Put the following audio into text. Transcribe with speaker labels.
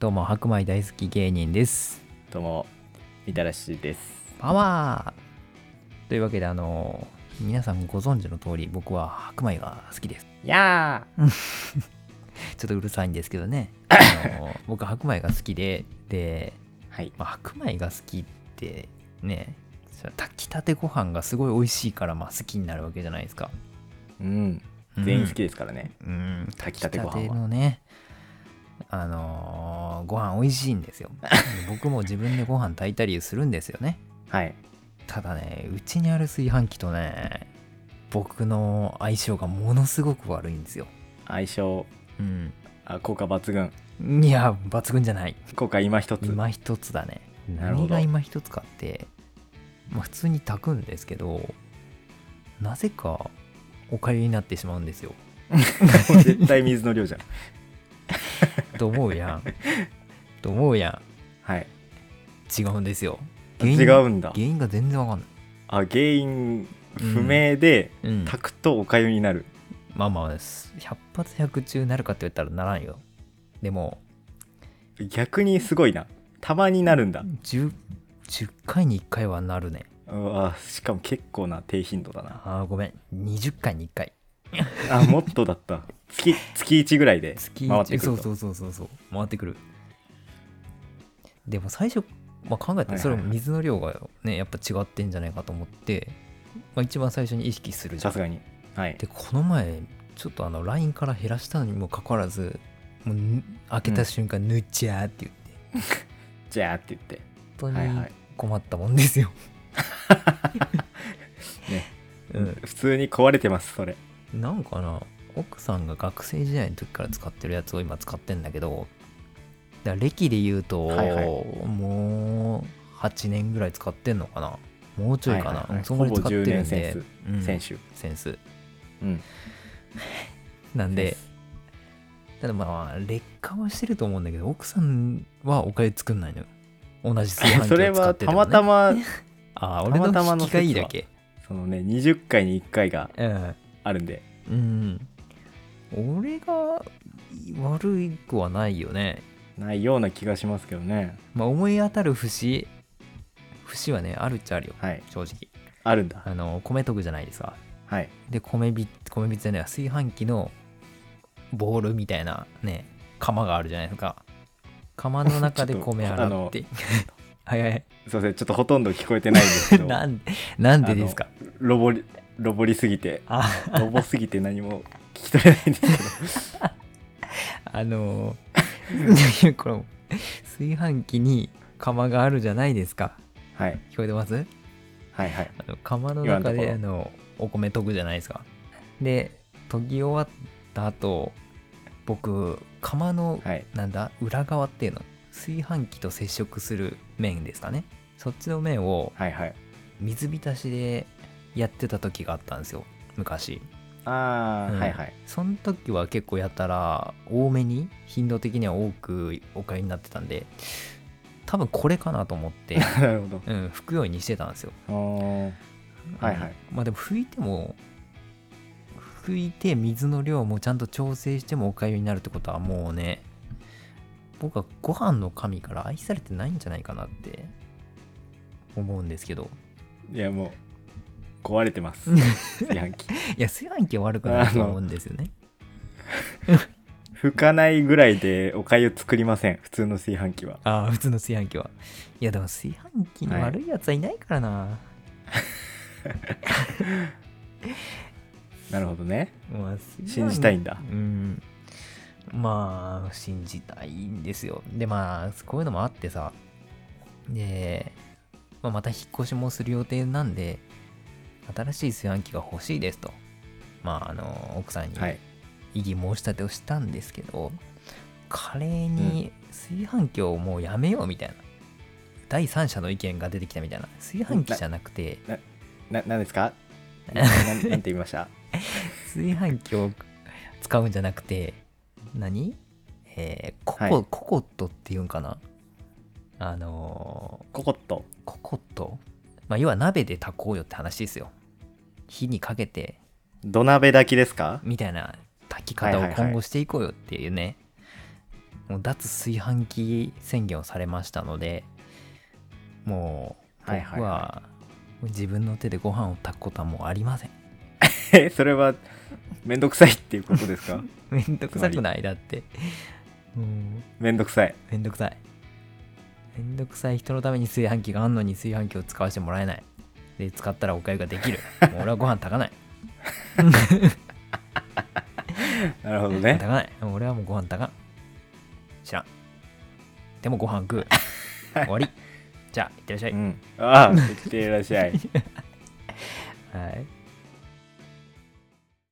Speaker 1: どうも白米大好き芸人です
Speaker 2: どうもみたらしです
Speaker 1: パワーというわけであの皆さんご存知の通り僕は白米が好きです
Speaker 2: や
Speaker 1: ちょっとうるさいんですけどねあ の僕白米が好きでで、
Speaker 2: ーはい
Speaker 1: まあ、白米が好きってねそれは炊きたてご飯がすごい美味しいからまあ好きになるわけじゃないですか
Speaker 2: うん全員好きですからね、
Speaker 1: うん、
Speaker 2: 炊きたてご飯は
Speaker 1: 炊きたてのね、あのーご飯美味しいんです よ。僕も自分でご飯炊いたりするんですよね。
Speaker 2: はい
Speaker 1: ただね、うちにある炊飯器とね、僕の相性がものすごく悪いんですよ。
Speaker 2: 相性
Speaker 1: うん。
Speaker 2: あ効果抜群
Speaker 1: いや、抜群じゃない。
Speaker 2: 効果今一つ
Speaker 1: 今一つだね。
Speaker 2: なるほ
Speaker 1: 何
Speaker 2: ど
Speaker 1: が今一つかって、まあ、普通に炊くんですけど、なぜかおかゆになってしまうんですよ。
Speaker 2: 絶対水の量じゃん
Speaker 1: と思う やん。と思うやん。
Speaker 2: はい
Speaker 1: 違うんですよ
Speaker 2: あ違
Speaker 1: が
Speaker 2: うんだ
Speaker 1: 原因が全然わかんない
Speaker 2: あ原因不明で、
Speaker 1: うん
Speaker 2: 炊くとおかゆになる
Speaker 1: まあまあです100発100中なるかって言ったらならんよでも
Speaker 2: 逆にすごいなたまになるんだ、
Speaker 1: 10, 10回に1回はなるね
Speaker 2: うわしかも結構な低頻度だな
Speaker 1: あーごめん20回に1回
Speaker 2: あもっとだった月月1ぐらいで
Speaker 1: 月
Speaker 2: 回ってくると
Speaker 1: そうそうそうそうそう回ってくるでも最初、まあ、考えた
Speaker 2: はいはいは
Speaker 1: ら
Speaker 2: い
Speaker 1: それも水の量がねやっぱ違ってんじゃないかと思って、まあ、一番最初に意識するじゃ
Speaker 2: さ
Speaker 1: ん
Speaker 2: すがにはい
Speaker 1: でこの前ちょっとあの LINE から減らしたのにもかかわらずもうぬ開けた瞬間「ぬっちゃー」って言って
Speaker 2: じゃあって言って
Speaker 1: 本当
Speaker 2: はい
Speaker 1: に
Speaker 2: はい
Speaker 1: 困ったもんですよ、
Speaker 2: ね
Speaker 1: うん
Speaker 2: 普通に壊れてますそれ
Speaker 1: なんかな奥さんが学生時代の時から使ってるやつを今使ってんだけどだから歴で言うと、
Speaker 2: はいはい
Speaker 1: もう8年ぐらい使ってんのかなもうちょいかな、
Speaker 2: はいはいはい
Speaker 1: そんぐらい使ってるんで
Speaker 2: ほぼ10
Speaker 1: うん
Speaker 2: 選手
Speaker 1: センス
Speaker 2: うん
Speaker 1: なんでただまあ劣化はしてると思うんだけど奥さんはおかゆ作んないのよ同じ炊飯器を使って
Speaker 2: それはたまた
Speaker 1: ま
Speaker 2: ま
Speaker 1: ああ
Speaker 2: た
Speaker 1: 俺
Speaker 2: またま
Speaker 1: の
Speaker 2: の
Speaker 1: 引きがいいだけ
Speaker 2: そのね20回に1回が
Speaker 1: うん
Speaker 2: あるんで
Speaker 1: うん俺が悪くはないよね
Speaker 2: ないような気がしますけどね
Speaker 1: まあ思い当たる節節はねあるっちゃあるよ
Speaker 2: はい
Speaker 1: 正直
Speaker 2: あるんだ
Speaker 1: あの米研ぐじゃないですか
Speaker 2: はい
Speaker 1: で米び米びつじゃない炊飯器のボールみたいなね釜があるじゃないですか釜の中で
Speaker 2: ちょっと
Speaker 1: 米洗って はいはい
Speaker 2: すいませんちょっとほとんど聞こえてないんですけ ど
Speaker 1: なんでなんでですか
Speaker 2: ロボリロボりすぎて
Speaker 1: あ
Speaker 2: ロボすぎて何も聞き取れないんですけど
Speaker 1: あのーいや この 炊飯器に釜があるじゃないですか
Speaker 2: はい
Speaker 1: 聞こえてます
Speaker 2: はいはい
Speaker 1: あの釜の
Speaker 2: 今のと
Speaker 1: 中
Speaker 2: こ
Speaker 1: で
Speaker 2: ろ
Speaker 1: あのお米研ぐじゃないですかで研ぎ終わった後僕釜の
Speaker 2: はい
Speaker 1: なんだ裏側っていうの炊飯器と接触する面ですかねそっちの面を
Speaker 2: はいはい
Speaker 1: 水浸しでやってた時があったんですよ昔
Speaker 2: あー、
Speaker 1: うん
Speaker 2: はいはい
Speaker 1: その時は結構やたら多めに頻度的には多くお買いになってたんで多分これかなと思 って、
Speaker 2: なるほど
Speaker 1: うん、拭くようにしてたんですよ
Speaker 2: おーはいはい
Speaker 1: うんまあでも拭いても拭いて水の量もちゃんと調整してもおかゆになるってことはもうね僕はご飯の神から愛されてないんじゃないかなって思うんですけど
Speaker 2: いやもう壊れ てます炊飯器
Speaker 1: いや炊飯器は悪くないと思うんですよね
Speaker 2: 拭かないぐらいでお粥作りません普通の炊飯器は
Speaker 1: ああ普通の炊飯器はいやでも炊飯器に悪いやつはいないからな、
Speaker 2: なるほどね
Speaker 1: まあ炊飯器
Speaker 2: 信じたいんだ
Speaker 1: うんまあ信じたいんですよでまあこういうのもあってさで、まあ、また引っ越しもする予定なんで新しい炊飯器が欲しいですとまああの奥さんに
Speaker 2: はい
Speaker 1: 異議申し立てをしたんですけど、カレーに炊飯器をもうやめようみたいな、第三者の意見が出てきたみたいな炊飯器じゃなくて
Speaker 2: な何ですかななんて言いました
Speaker 1: 炊飯器を使うんじゃなくて何えーココ、
Speaker 2: はい
Speaker 1: ココットっていうんかなあの
Speaker 2: ココット
Speaker 1: ーココット、まあ、要は鍋で炊こうよって話ですよ火にかけて
Speaker 2: 土鍋炊きですか
Speaker 1: みたいな炊き方を今後していこうよっていうね、もう脱炊飯器宣言をされましたのでもう
Speaker 2: はいはい
Speaker 1: 僕は自分の手でご飯を炊くことはもうありません
Speaker 2: えそれはめんどくさいっていうことですか
Speaker 1: めんどくさくないだってうん
Speaker 2: めんどくさい
Speaker 1: めんどくさいめんどくさい人のために炊飯器があんのに炊飯器を使わせてもらえないで使ったらおかゆができ るもう俺はご飯炊かない
Speaker 2: なるほど
Speaker 1: 炊
Speaker 2: ね
Speaker 1: かない俺はもうご飯炊かん知らんでもご飯
Speaker 2: 、
Speaker 1: 食う終わりじゃあいってらっしゃいう
Speaker 2: んああいってらっしゃい
Speaker 1: はい